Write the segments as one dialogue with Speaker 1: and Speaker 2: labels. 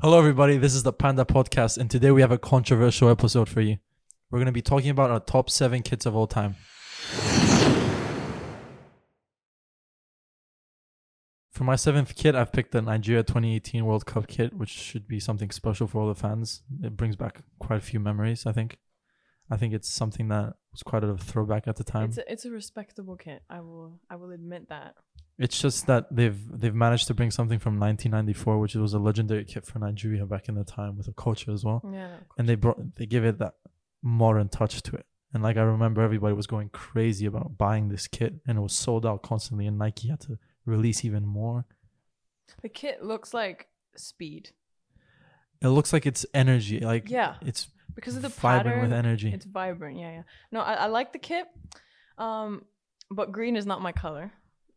Speaker 1: Hello, everybody. This is the Panda Podcast, and today we have a controversial episode for you. We're going to be talking about our top seven kids of all time. For my seventh kit, I've picked the Nigeria 2018 World Cup kit, which should be something special for all the fans. It brings back quite a few memories, I think. I think it's something that was quite a throwback at the time.
Speaker 2: It's a, it's a respectable kit. I will I will admit that.
Speaker 1: It's just that they've they've managed to bring something from 1994, which was a legendary kit for Nigeria back in the time with a culture as well,
Speaker 2: Yeah.
Speaker 1: and they brought they give it that modern touch to it. And like I remember, everybody was going crazy about buying this kit, and it was sold out constantly. And Nike had to release even more.
Speaker 2: The kit looks like speed
Speaker 1: It looks like it's energy, like
Speaker 2: Yeah.
Speaker 1: it's
Speaker 2: because of the
Speaker 1: vibrant
Speaker 2: pattern.
Speaker 1: with energy.
Speaker 2: It's vibrant. Yeah, yeah. No, I, I like the kit, um, but green is not my color.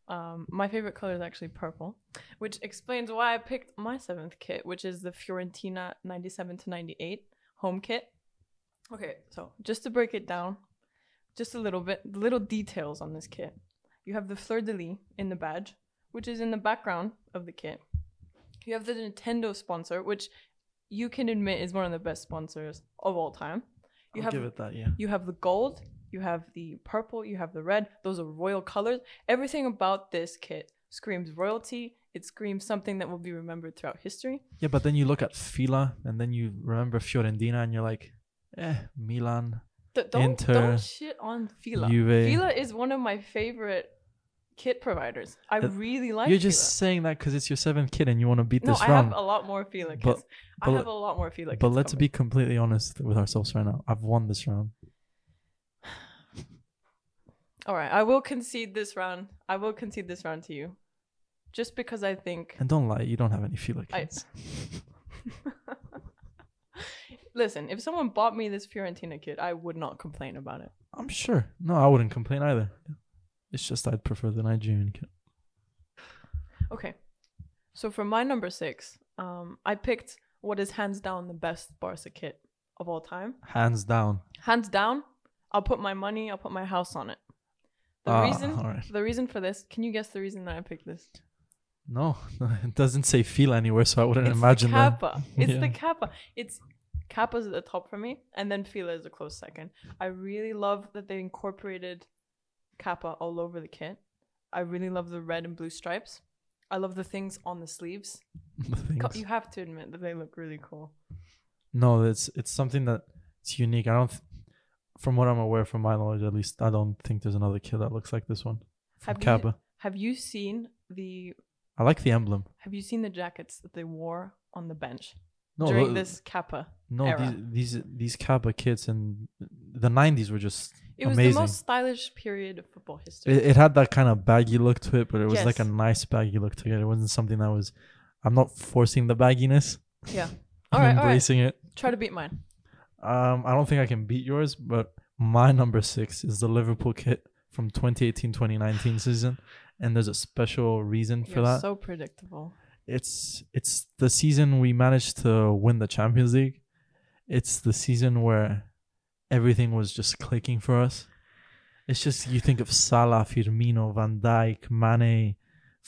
Speaker 2: Um, my favorite color is actually purple, which explains why I picked my seventh kit, which is the Fiorentina 97 to 98 home kit. Okay, so just to break it down, just a little bit, little details on this kit. You have the fleur de lis in the badge, which is in the background of the kit. You have the Nintendo sponsor, which you can admit is one of the best sponsors of all time. You
Speaker 1: I'll
Speaker 2: have
Speaker 1: give it that, yeah.
Speaker 2: you have the gold, you have the purple, you have the red. Those are royal colors. Everything about this kit screams royalty. It screams something that will be remembered throughout history.
Speaker 1: Yeah, but then you look at Fila, and then you remember Fiorentina, and you're like, eh, Milan.
Speaker 2: Th- don't,
Speaker 1: Inter,
Speaker 2: don't shit on Fila.
Speaker 1: Juve.
Speaker 2: Fila is one of my favorite kit providers. I
Speaker 1: Uh,
Speaker 2: really like
Speaker 1: you're just saying that because it's your seventh kid, and you want to beat
Speaker 2: Fila. No,
Speaker 1: this
Speaker 2: I
Speaker 1: round.
Speaker 2: have a lot more Fila kits.
Speaker 1: But-
Speaker 2: I
Speaker 1: but-
Speaker 2: have a lot more Fila kits.
Speaker 1: but let's
Speaker 2: coming.
Speaker 1: be completely honest with ourselves right now. I've won this round.
Speaker 2: All right, I will concede this round. I will concede this round to you. Just because I think
Speaker 1: And don't lie, you don't have any Fila
Speaker 2: I-
Speaker 1: kids.
Speaker 2: Listen, if someone bought me this Fiorentina kit, I would not complain about it.
Speaker 1: I... am sure. No, I wouldn't complain either. It's just I'd prefer the Nigerian kid.
Speaker 2: Okay. So for my number six, um, I picked what is hands down the best Barca kit of all time.
Speaker 1: Hands down.
Speaker 2: Hands down, I'll put my money, I'll put my house on it. The
Speaker 1: Ah,
Speaker 2: reason
Speaker 1: all right.
Speaker 2: the reason for this, can you guess the reason that I picked this?
Speaker 1: No, it doesn't say Fila anywhere, so I wouldn't
Speaker 2: it's
Speaker 1: imagine
Speaker 2: the
Speaker 1: that.
Speaker 2: kappa. It's
Speaker 1: Yeah.
Speaker 2: the kappa. It's kappa's at the top for me, and then Fila is a close second. I really love that they incorporated kappa all over the kit. I really love the red and blue stripes. I love the things on the sleeves.
Speaker 1: the
Speaker 2: Co-
Speaker 1: things.
Speaker 2: You have to admit that they look really cool.
Speaker 1: No, it's it's something that it's unique. I don't, th- from what I'm aware, from my knowledge at least, I don't think there's another kid that looks like this one. From
Speaker 2: Have you-
Speaker 1: Kappa.
Speaker 2: Have you seen the
Speaker 1: I like the emblem.
Speaker 2: Have you seen the jackets that they wore on the bench
Speaker 1: No,
Speaker 2: during
Speaker 1: tho-
Speaker 2: this kappa?
Speaker 1: no,
Speaker 2: era.
Speaker 1: these these these Kappa kids in the '90s were just
Speaker 2: It was
Speaker 1: amazing.
Speaker 2: the most stylish period of football history.
Speaker 1: It, it had that kind of baggy look to it, but it was like a
Speaker 2: Yes.
Speaker 1: nice baggy look to it. It wasn't something that was. I'm not forcing the bagginess.
Speaker 2: Yeah.
Speaker 1: I'm
Speaker 2: All right, all right.
Speaker 1: embracing
Speaker 2: Try to beat mine.
Speaker 1: it. Um, I don't think I can beat yours, but my number six is the Liverpool kit from 2018-2019 season, and there's a special reason for
Speaker 2: You're
Speaker 1: that.
Speaker 2: so predictable.
Speaker 1: it's it's the season we managed to win the Champions League. It's the season where everything was just clicking for us. It's just you think of Salah, Firmino, Van Dijk, Mane,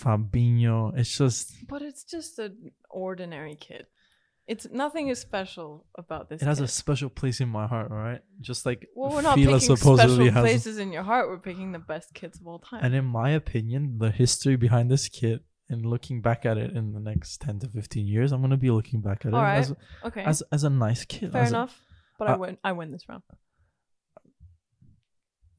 Speaker 1: Fabinho. It's just
Speaker 2: But it's just an ordinary kid. It's nothing is special about this.
Speaker 1: it has a
Speaker 2: kid.
Speaker 1: special place in my heart, all right? Just like
Speaker 2: well, we're not
Speaker 1: Fila
Speaker 2: picking
Speaker 1: supposedly
Speaker 2: special
Speaker 1: has.
Speaker 2: places in your heart. We're picking the best kids of all time.
Speaker 1: And in my opinion, the history behind this kit and looking back at it in the next ten to fifteen years, I'm gonna be looking back at
Speaker 2: All
Speaker 1: it
Speaker 2: right.
Speaker 1: as,
Speaker 2: okay,
Speaker 1: as as a nice kit.
Speaker 2: fair
Speaker 1: as a-
Speaker 2: enough. but I
Speaker 1: uh,
Speaker 2: win. I win this round.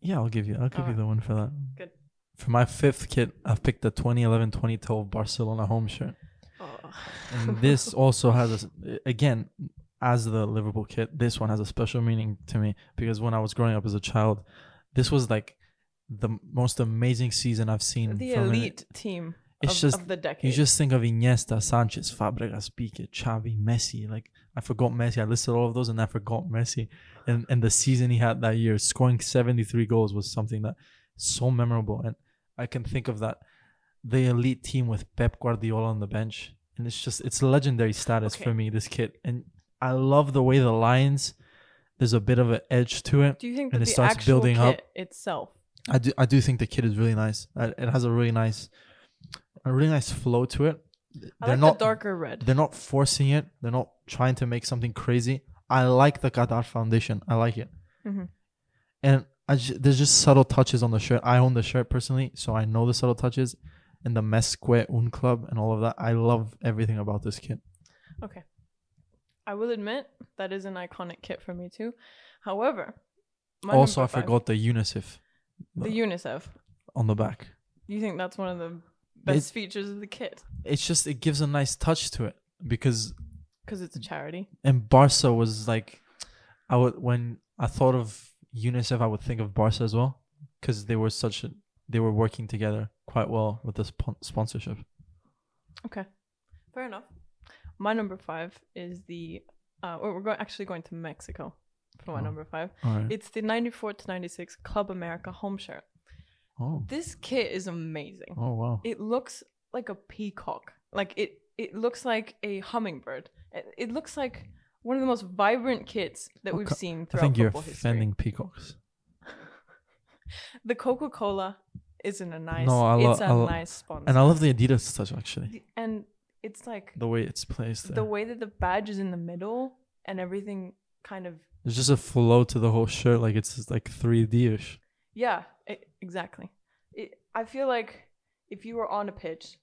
Speaker 1: Yeah, I'll give you. I'll give you
Speaker 2: Alright.
Speaker 1: the one for that.
Speaker 2: Good.
Speaker 1: For my fifth kit, I've picked the 2011-2012 Barcelona home shirt,
Speaker 2: Oh.
Speaker 1: and this also has a s- again, as the Liverpool kit, this one has a special meaning to me because when I was growing up as a child, this was like the m- most amazing season I've seen.
Speaker 2: the
Speaker 1: from an-
Speaker 2: elite team.
Speaker 1: It's
Speaker 2: of,
Speaker 1: just
Speaker 2: of the decade.
Speaker 1: you just think of Iniesta, Sanchez, Fabregas, Pique, Xavi, Messi. Like I forgot Messi. I listed all of those and I forgot Messi. And and the season he had that year, scoring 73 goals was something that so memorable. And I can think of that the elite team with Pep Guardiola on the bench. And it's just it's legendary status
Speaker 2: Okay.
Speaker 1: for me, this kid. And I love the way the Lions there's a bit of an edge to it.
Speaker 2: Do you think that
Speaker 1: and it
Speaker 2: the
Speaker 1: starts
Speaker 2: actual
Speaker 1: building up.
Speaker 2: kit itself?
Speaker 1: I do I do think the kid is really nice. Uh, It has a really nice, a really nice flow to it. They're
Speaker 2: I like
Speaker 1: not
Speaker 2: the darker red.
Speaker 1: they're not forcing it. They're not trying to make something crazy. I like the Qatar foundation. I like it.
Speaker 2: Mhm.
Speaker 1: And I ju- there's just subtle touches on the shirt. I own the shirt personally, so I know the subtle touches and the Mesque Un Club and all of that. I love everything about this kit.
Speaker 2: Okay. I will admit that is an iconic kit for me too. However, my
Speaker 1: also, I
Speaker 2: number five,
Speaker 1: forgot the UNICEF
Speaker 2: the UNICEF.
Speaker 1: on the back.
Speaker 2: You think that's one of the best
Speaker 1: It's-
Speaker 2: features of the kit
Speaker 1: It's just, it gives a nice touch to it because
Speaker 2: because it's a charity.
Speaker 1: and Barca was like, I would when I thought of UNICEF, I would think of Barca as well because they were such a, they were working together quite well with the spon- sponsorship.
Speaker 2: Fair enough. My number five is the. Uh, well, we're going actually going to Mexico for my
Speaker 1: Oh.
Speaker 2: number five.
Speaker 1: All right.
Speaker 2: It's the 94 to 96 Club America home shirt.
Speaker 1: oh.
Speaker 2: This kit is amazing.
Speaker 1: Oh wow.
Speaker 2: It looks like a peacock. Like it it looks like a hummingbird. It, it looks like one of the most vibrant kits that we've
Speaker 1: Okay.
Speaker 2: seen
Speaker 1: I
Speaker 2: throughout
Speaker 1: think you're
Speaker 2: football history.
Speaker 1: offending peacocks.
Speaker 2: The Coca-Cola isn't a nice
Speaker 1: No, I lo-
Speaker 2: it's a
Speaker 1: I lo-
Speaker 2: nice sponsor.
Speaker 1: And I love the Adidas touch actually.
Speaker 2: The- and it's like
Speaker 1: The way it's placed there.
Speaker 2: the way that the badge is in the middle and everything kind of
Speaker 1: There's just a flow to the whole shirt, like it's just, like 3D ish.
Speaker 2: Yeah, e- exactly. It, I feel like if you were on a pitch,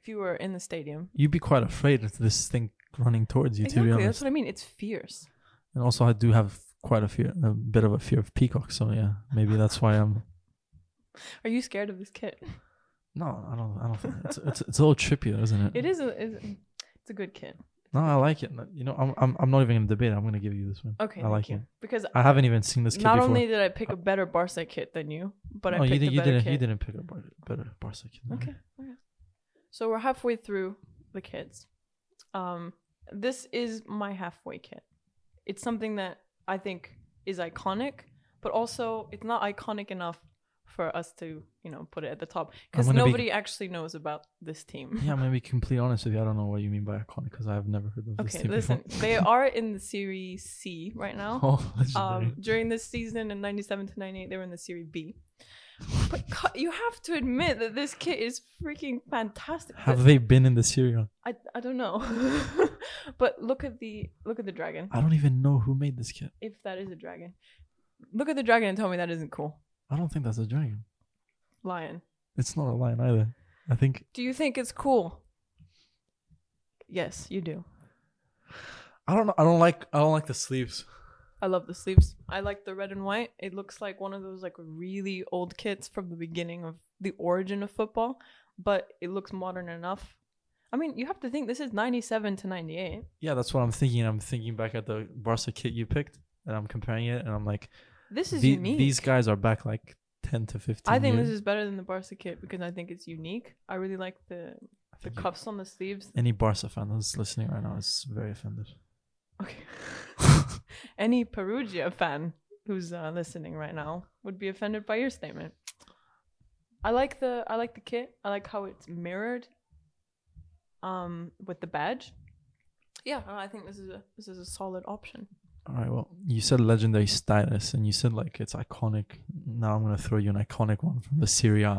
Speaker 2: if you were in the stadium,
Speaker 1: You'd be quite afraid of this thing running towards you, to be
Speaker 2: exactly. That's
Speaker 1: honest.
Speaker 2: what I mean. It's fierce.
Speaker 1: And also, I do have quite a fear, a bit of a fear of peacocks. So yeah, maybe that's why I'm.
Speaker 2: Are you scared of this kit?
Speaker 1: No, I don't. I don't think it's it's, it's a little trippier, isn't it?
Speaker 2: It is a is it's a good kit.
Speaker 1: No, I like it. You know, I'm I'm, I'm not even gonna debate. I'm gonna give you this one.
Speaker 2: Okay,
Speaker 1: I like
Speaker 2: thank you.
Speaker 1: it.
Speaker 2: because
Speaker 1: I haven't even seen this kid
Speaker 2: not
Speaker 1: before.
Speaker 2: only did I pick a better Barca kit than you, but
Speaker 1: no,
Speaker 2: I
Speaker 1: you
Speaker 2: picked
Speaker 1: didn't.
Speaker 2: a
Speaker 1: You
Speaker 2: better
Speaker 1: didn't.
Speaker 2: kit.
Speaker 1: You didn't pick a bar- better Barca kid. than me.
Speaker 2: Okay. okay. So we're halfway through the kits. Um, this is my halfway kit. It's something that I think is iconic, but also it's not iconic enough for us to, you know, put it at the top because
Speaker 1: gonna be-
Speaker 2: nobody actually knows about this team.
Speaker 1: Yeah, I'm gonna be completely honest with you. I don't know what you mean by iconic because I've never heard of this
Speaker 2: Okay,
Speaker 1: team
Speaker 2: listen,
Speaker 1: before.
Speaker 2: they are in the Serie C right now.
Speaker 1: oh, legendary.
Speaker 2: Um, during this season in 97 to 98, they were in the Serie B. But co- you have to admit that this kit is freaking fantastic. The-
Speaker 1: Have they been in the Syria?
Speaker 2: I, I don't know. but look at the look at the dragon.
Speaker 1: I don't even know who made this kit.
Speaker 2: If that is a dragon. Look at the dragon and tell me that isn't cool.
Speaker 1: I don't think that's a dragon.
Speaker 2: Lion.
Speaker 1: It's not a lion either. I think
Speaker 2: Do you think it's cool? Yes, you do.
Speaker 1: I don't. know. I don't like. I don't like the sleeves.
Speaker 2: I love the sleeves. I like the red and white. It looks like one of those like really old kits from the beginning of the origin of football, but it looks modern enough. I mean, you have to think this is 97 to 98.
Speaker 1: Yeah, that's what I'm thinking. I'm thinking back at the Barca kit you picked, and I'm comparing it, and I'm like,
Speaker 2: This is
Speaker 1: the-
Speaker 2: unique.
Speaker 1: these guys are back like 10 to 15
Speaker 2: I think this
Speaker 1: years.
Speaker 2: is better than the Barca kit because I think it's unique. I really like the
Speaker 1: I
Speaker 2: the
Speaker 1: think you-
Speaker 2: cuffs on the sleeves.
Speaker 1: any barca fan that's listening right now is very offended
Speaker 2: Okay. Any Perugia fan who's uh, listening right now would be offended by your statement. I like the I like the kit. I like how it's mirrored um with the badge. Yeah, I think this is a this is a solid option.
Speaker 1: all right well you said legendary status and you said like it's iconic now i'm going to throw you an iconic one from the syria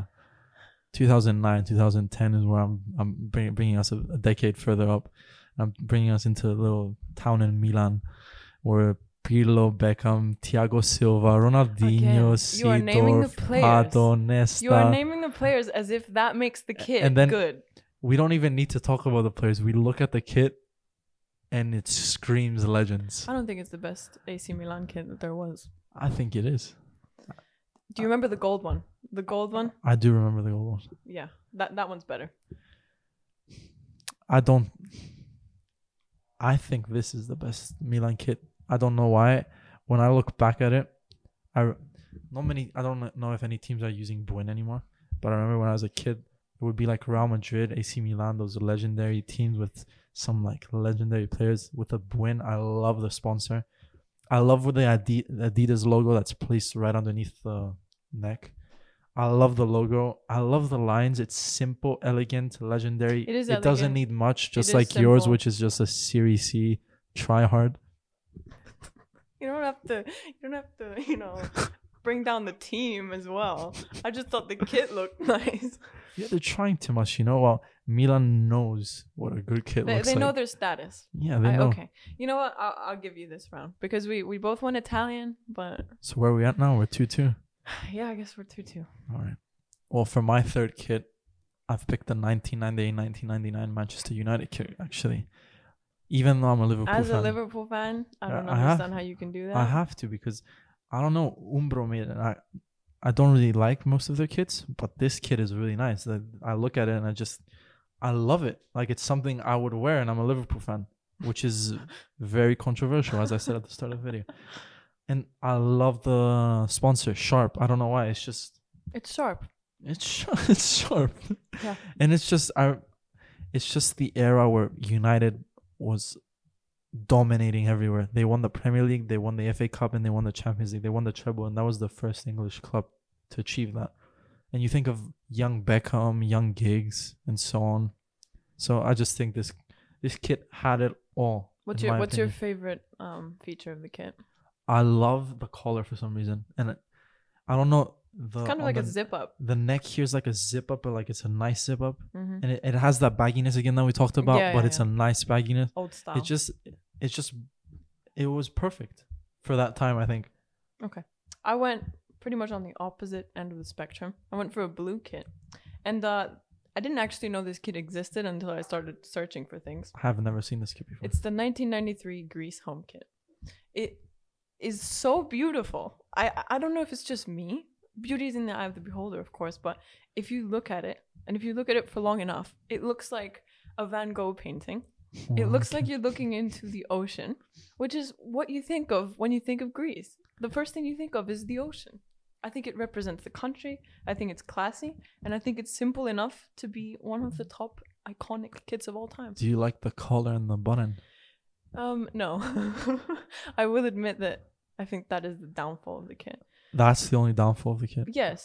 Speaker 1: 2009 2010 is where i'm i'm bring, bringing us a, a decade further up i'm bringing us into a little town in milan where Pirlo, Beckham, Thiago Silva, Ronaldinho,
Speaker 2: you are naming the
Speaker 1: Seedorf,
Speaker 2: players.
Speaker 1: Pato,
Speaker 2: You are
Speaker 1: Nesta.
Speaker 2: naming the players as if that makes the kit
Speaker 1: and then-
Speaker 2: good.
Speaker 1: we don't even need to talk about the players. We look at the kit, and it screams legends.
Speaker 2: I don't think it's the best AC Milan kit that there was.
Speaker 1: I think it is. Uh,
Speaker 2: Do you remember the gold one? The gold one?
Speaker 1: I do remember the gold one.
Speaker 2: Yeah. That that one's better.
Speaker 1: I don't. I think this is the best Milan kit. I don't know why. When I look back at it, I re- not many. I don't know if any teams are using Buen anymore. But I remember when I was a kid, it would be like Real Madrid, AC Milan, those legendary teams with some like legendary players with a Buen. I love the sponsor. I love with the Adi- Adidas logo that's placed right underneath the neck. I love the logo. I love the lines. It's simple, elegant, legendary.
Speaker 2: It is
Speaker 1: It doesn't
Speaker 2: elegant.
Speaker 1: need much, just
Speaker 2: is
Speaker 1: like yours,
Speaker 2: simple.
Speaker 1: which is just a Series C try hard.
Speaker 2: You don't have to. You don't have to. You know, bring down the team as well. I just thought the kit looked nice.
Speaker 1: Yeah, they're trying too much, you know. Well, Milan knows what a good kit
Speaker 2: They,
Speaker 1: looks
Speaker 2: they
Speaker 1: like.
Speaker 2: know their status.
Speaker 1: yeah, they
Speaker 2: I-
Speaker 1: know.
Speaker 2: okay. You know what? I'll, I'll give you this round because we, we both went Italian, but
Speaker 1: So where are we at now? We're two two.
Speaker 2: yeah, I guess we're 2 2.
Speaker 1: All right. Well, for my third kit, I've picked the 1998-1999 Manchester United kit. Actually, even though I'm a Liverpool
Speaker 2: As a
Speaker 1: fan,
Speaker 2: Liverpool fan, I
Speaker 1: Yeah,
Speaker 2: don't
Speaker 1: I have-
Speaker 2: understand how you can do that.
Speaker 1: I have to because I don't know Umbro made it. I I don't really like most of their kits, but this kit is really nice. I, I look at it and I just I love it. Like it's something I would wear, and I'm a Liverpool fan, which is very controversial, as I said at the start of the video. And I love the sponsor Sharp. I don't know why. It's just
Speaker 2: It's sharp.
Speaker 1: It's sharp. It's sharp.
Speaker 2: Yeah.
Speaker 1: And it's just I, it's just the era where United was dominating everywhere. They won the Premier League, they won the FA Cup, and they won the Champions League. They won the treble, and that was the first English club to achieve that. And you think of young Beckham, young Giggs, and so on. So I just think this this kit had it all.
Speaker 2: What's
Speaker 1: in
Speaker 2: your
Speaker 1: my
Speaker 2: What's your
Speaker 1: opinion.
Speaker 2: favorite um feature of the kit?
Speaker 1: I love the collar for some reason, and it, I don't know the
Speaker 2: It's kind of
Speaker 1: on
Speaker 2: like
Speaker 1: the,
Speaker 2: a zip up.
Speaker 1: the neck here's like a zip up, but like it's a nice zip up.
Speaker 2: hmm
Speaker 1: and it, it has that bagginess again that we talked about
Speaker 2: Yeah,
Speaker 1: but
Speaker 2: yeah,
Speaker 1: it's
Speaker 2: yeah.
Speaker 1: a nice bagginess
Speaker 2: Old style.
Speaker 1: it just it's just it was perfect for that time i think
Speaker 2: I went pretty much on the opposite end of the spectrum. I went for a blue kit, and uh, I didn't actually know this kit existed until I started searching for things.
Speaker 1: i have never seen this kit before
Speaker 2: It's the 1993 Greece home kit. It is so beautiful. I I don't know if it's just me. Beauty is in the eye of the beholder, of course, but if you look at it and if you look at it for long enough, it looks like a Van Gogh painting. It looks like you're looking into the ocean, which is what you think of when you think of Greece. The first thing you think of is the ocean. I think it represents the country. I think it's classy, and I think it's simple enough to be one of the top iconic kits of all time.
Speaker 1: do you like the collar and the button
Speaker 2: Um, no, I will admit that I think that is the downfall of the kit.
Speaker 1: that's the only downfall of the kit
Speaker 2: Yes,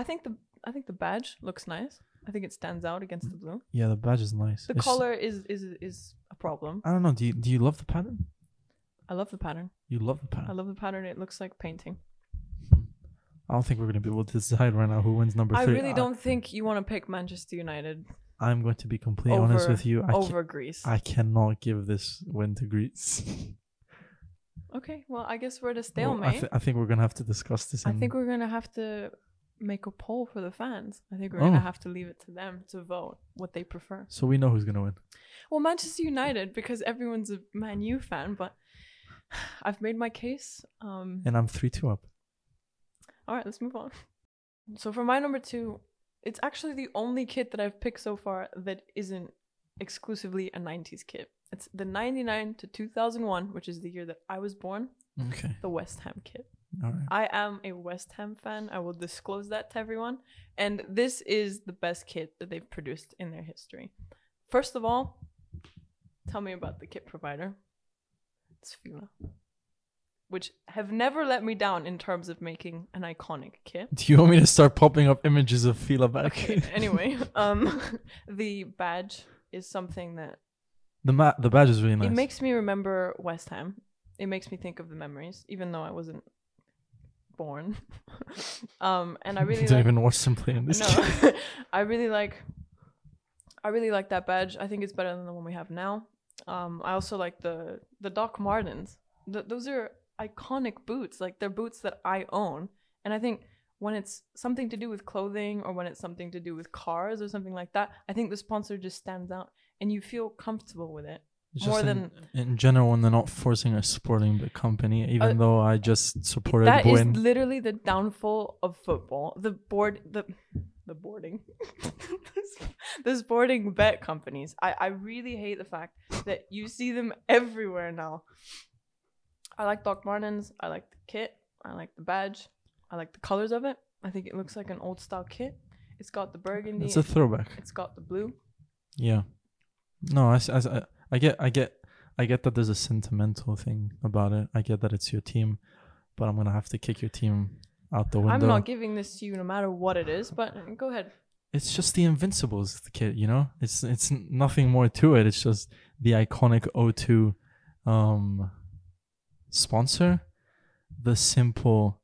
Speaker 2: I think the I think the badge looks nice. I think it stands out against the blue.
Speaker 1: yeah the badge is nice
Speaker 2: The
Speaker 1: It's-
Speaker 2: collar is is is a problem.
Speaker 1: i don't know do you, do you love the pattern
Speaker 2: I love the pattern.
Speaker 1: you love the
Speaker 2: I
Speaker 1: pattern
Speaker 2: love the pattern. It looks like painting.
Speaker 1: i don't think we're going to be able to decide right now who wins number
Speaker 2: I
Speaker 1: three
Speaker 2: really don't think you want to pick Manchester United
Speaker 1: I, am going to be completely honest
Speaker 2: Over-
Speaker 1: with you I, ca-
Speaker 2: over Greece.
Speaker 1: I cannot give this win to greece
Speaker 2: okay, well, I guess we're at a
Speaker 1: Well, I,
Speaker 2: stalemate.
Speaker 1: thi- um, I think we're going to have to discuss this
Speaker 2: I
Speaker 1: in-
Speaker 2: think we're gonna have to make a poll for the fans. I think we're gonna
Speaker 1: Oh.
Speaker 2: have to leave it to them to vote what they prefer.
Speaker 1: so we know who's going to win
Speaker 2: Well, Manchester United because everyone's a Man U fan, but I've made my case. Um,
Speaker 1: and i'm 3-2 up
Speaker 2: All right, let's move on. So for my number two, it's actually the only kit that I've picked so far that isn't exclusively a '90s kit. It's the '99 to 2001, which is the year that I was born.
Speaker 1: okay
Speaker 2: The West Ham kit.
Speaker 1: All right.
Speaker 2: I am a West Ham fan. I will disclose that to everyone. And this is the best kit that they've produced in their history. First of all, tell me about the kit provider. It's Fila, which have never let me down in terms of making an iconic kit.
Speaker 1: Do you want me to start popping up images of Fila back?
Speaker 2: Okay. Anyway, um, the badge is something that
Speaker 1: the ma- the badge is really nice.
Speaker 2: It makes me remember West Ham. It makes me think of the memories, even though I wasn't born. um, and I
Speaker 1: You
Speaker 2: really
Speaker 1: don't
Speaker 2: like,
Speaker 1: even watch them play in this. game.
Speaker 2: no, I really like, I really like that badge. I think it's better than the one we have now. Um, I also like the the Doc Martens. Th- those are iconic boots. Like they're boots that I own, and I think when it's something to do with clothing or when it's something to do with cars or something like that, I think the sponsor just stands out, and you feel comfortable with it.
Speaker 1: Just
Speaker 2: more
Speaker 1: in,
Speaker 2: than-
Speaker 1: in general when they're not forcing a sporting b- company, even
Speaker 2: Uh,
Speaker 1: though I just supported
Speaker 2: That is
Speaker 1: Bowen.
Speaker 2: literally the downfall of football. The board, the the boarding, the sporting bet companies. I I really hate the fact that you see them everywhere now. I like Doc Martens. I like the kit. I like the badge. I like the colors of it. I think it looks like an old style kit. It's got the burgundy.
Speaker 1: it's a throwback.
Speaker 2: it's got the blue.
Speaker 1: Yeah. No, I, s- I s- I- I get I get I get that there's a sentimental thing about it. I get that it's your team, but I'm gonna have to kick your team out the window.
Speaker 2: I'm not giving this to you no matter what it is. But go ahead.
Speaker 1: it's just the Invincibles, the kid. You know, it's it's n- nothing more to it. It's just the iconic O2 um, sponsor, the simple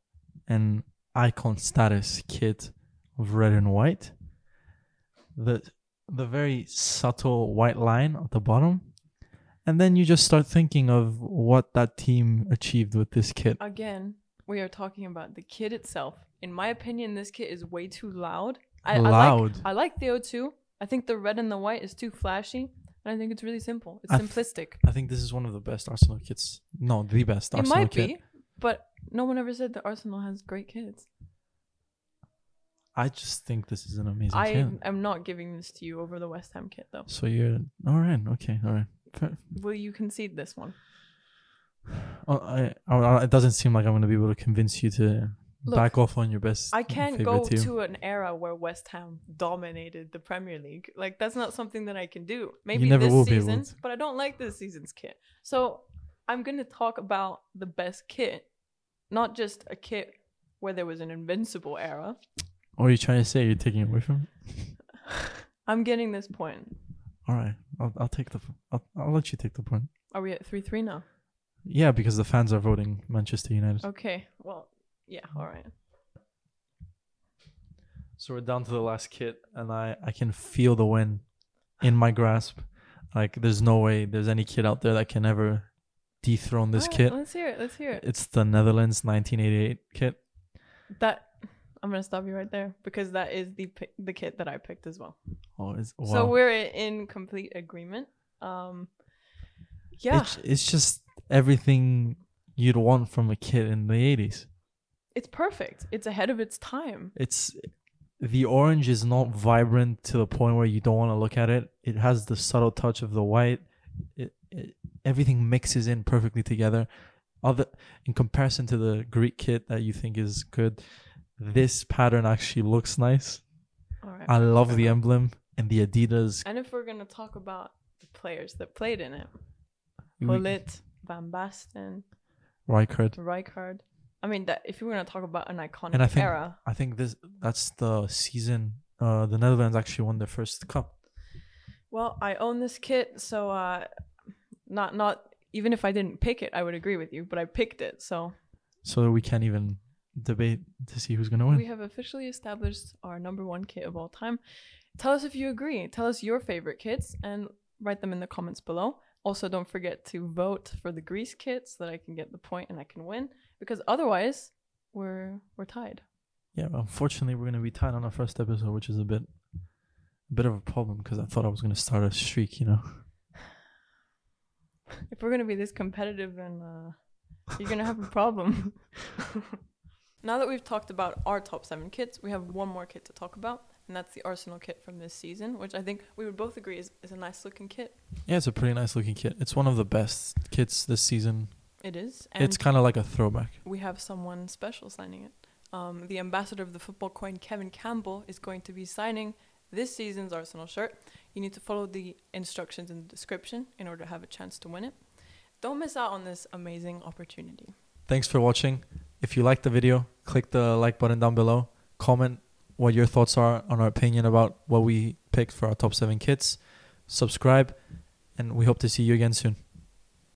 Speaker 1: an icon status kit of red and white. The the very subtle white line at the bottom. And then you just start thinking of what that team achieved with this kit.
Speaker 2: Again, we are talking about the kit itself. In my opinion, this kit is way too loud.
Speaker 1: Loud.
Speaker 2: I like, I like the O2. I think the red and the white is too flashy. And I think it's really simple. It's
Speaker 1: I th-
Speaker 2: simplistic.
Speaker 1: I think this is one of the best Arsenal kits. No, the best
Speaker 2: it
Speaker 1: Arsenal
Speaker 2: might
Speaker 1: kit.
Speaker 2: be, but no one ever said that Arsenal has great kits.
Speaker 1: I just think this is an amazing
Speaker 2: I
Speaker 1: kit.
Speaker 2: am not giving this to you over the West Ham kit, though.
Speaker 1: So you're all right. Okay, all right. Fair-
Speaker 2: Will you concede this one?
Speaker 1: Oh, I, I, I- it doesn't seem like I'm going to be able to convince you to
Speaker 2: Look,
Speaker 1: back off on your best.
Speaker 2: I can't
Speaker 1: favorite
Speaker 2: go
Speaker 1: team.
Speaker 2: to an era where West Ham dominated the Premier League. Like that's not something that I can do. Maybe
Speaker 1: never
Speaker 2: this
Speaker 1: will be able
Speaker 2: season,
Speaker 1: to.
Speaker 2: but I don't like this season's kit. So I'm gonna talk about the best kit, not just a kit where there was an invincible era.
Speaker 1: What are you trying to say? You're taking it away from? me?
Speaker 2: I'm getting this point.
Speaker 1: All right, I'll, I'll take the. I'll, I'll let you take the point.
Speaker 2: Are we at three three now?
Speaker 1: Yeah, because the fans are voting Manchester United.
Speaker 2: Okay. Well, yeah. All right.
Speaker 1: So we're down to the last kit, and I I can feel the win in my grasp. Like there's no way there's any kid out there that can ever dethrone this
Speaker 2: All right,
Speaker 1: kit.
Speaker 2: Let's hear it. Let's hear it.
Speaker 1: It's the Netherlands 1988 kit.
Speaker 2: That I'm gonna stop you right there because that is the pi- the kit that I picked as well.
Speaker 1: Oh, it's wow.
Speaker 2: So we're i- in complete agreement. Um, yeah,
Speaker 1: It's, it's just everything you'd want from a kid in the 80s.
Speaker 2: it's perfect. It's ahead of its time.
Speaker 1: It's the orange is not vibrant to the point where you don't want to look at it. It has the subtle touch of the white. It, it everything mixes in perfectly together. Other in comparison to the Greek kit that you think is good, this pattern actually looks nice.
Speaker 2: All right.
Speaker 1: I love the emblem and the Adidas.
Speaker 2: and if we're gonna talk about the players that played in it,
Speaker 1: we-
Speaker 2: Hullet, Van Basten,
Speaker 1: Rijkaard.
Speaker 2: Rijkaard. I mean, that if you were gonna talk about an iconic
Speaker 1: And I think
Speaker 2: era,
Speaker 1: I think this that's the season. Uh, the Netherlands actually won their first cup.
Speaker 2: well, I own this kit, so uh, not not even if I didn't pick it, I would agree with you. But I picked it, so
Speaker 1: so we can't even debate to see who's gonna
Speaker 2: We
Speaker 1: win.
Speaker 2: have officially established our number one kit of all time. Tell us if you agree. Tell us your favorite kits and write them in the comments below. Also, don't forget to vote for the Grease kit so that I can get the point and I can win. Because otherwise, we're we're tied.
Speaker 1: Yeah, unfortunately, we're gonna be tied on our first episode, which is a bit, a bit of a problem because I thought I was gonna start a streak. You know,
Speaker 2: If we're gonna be this competitive, then uh, you're gonna have a problem. now that we've talked about our top seven kits, we have one more kit to talk about, and that's the Arsenal kit from this season, which I think we would both agree is, is a nice looking kit.
Speaker 1: yeah, it's a pretty nice looking kit. It's one of the best kits this season.
Speaker 2: It is. And
Speaker 1: it's kind of like a throwback.
Speaker 2: we have someone special signing it. Um, the ambassador of the football coin, Kevin Campbell, is going to be signing this season's Arsenal shirt. You need to follow the instructions in the description in order to have a chance to win it. Don't miss out on this amazing opportunity.
Speaker 1: Thanks for watching. If you liked the video, click the like button down below. Comment what your thoughts are on our opinion about what we picked for our top seven kits. Subscribe, and we hope to see you again soon.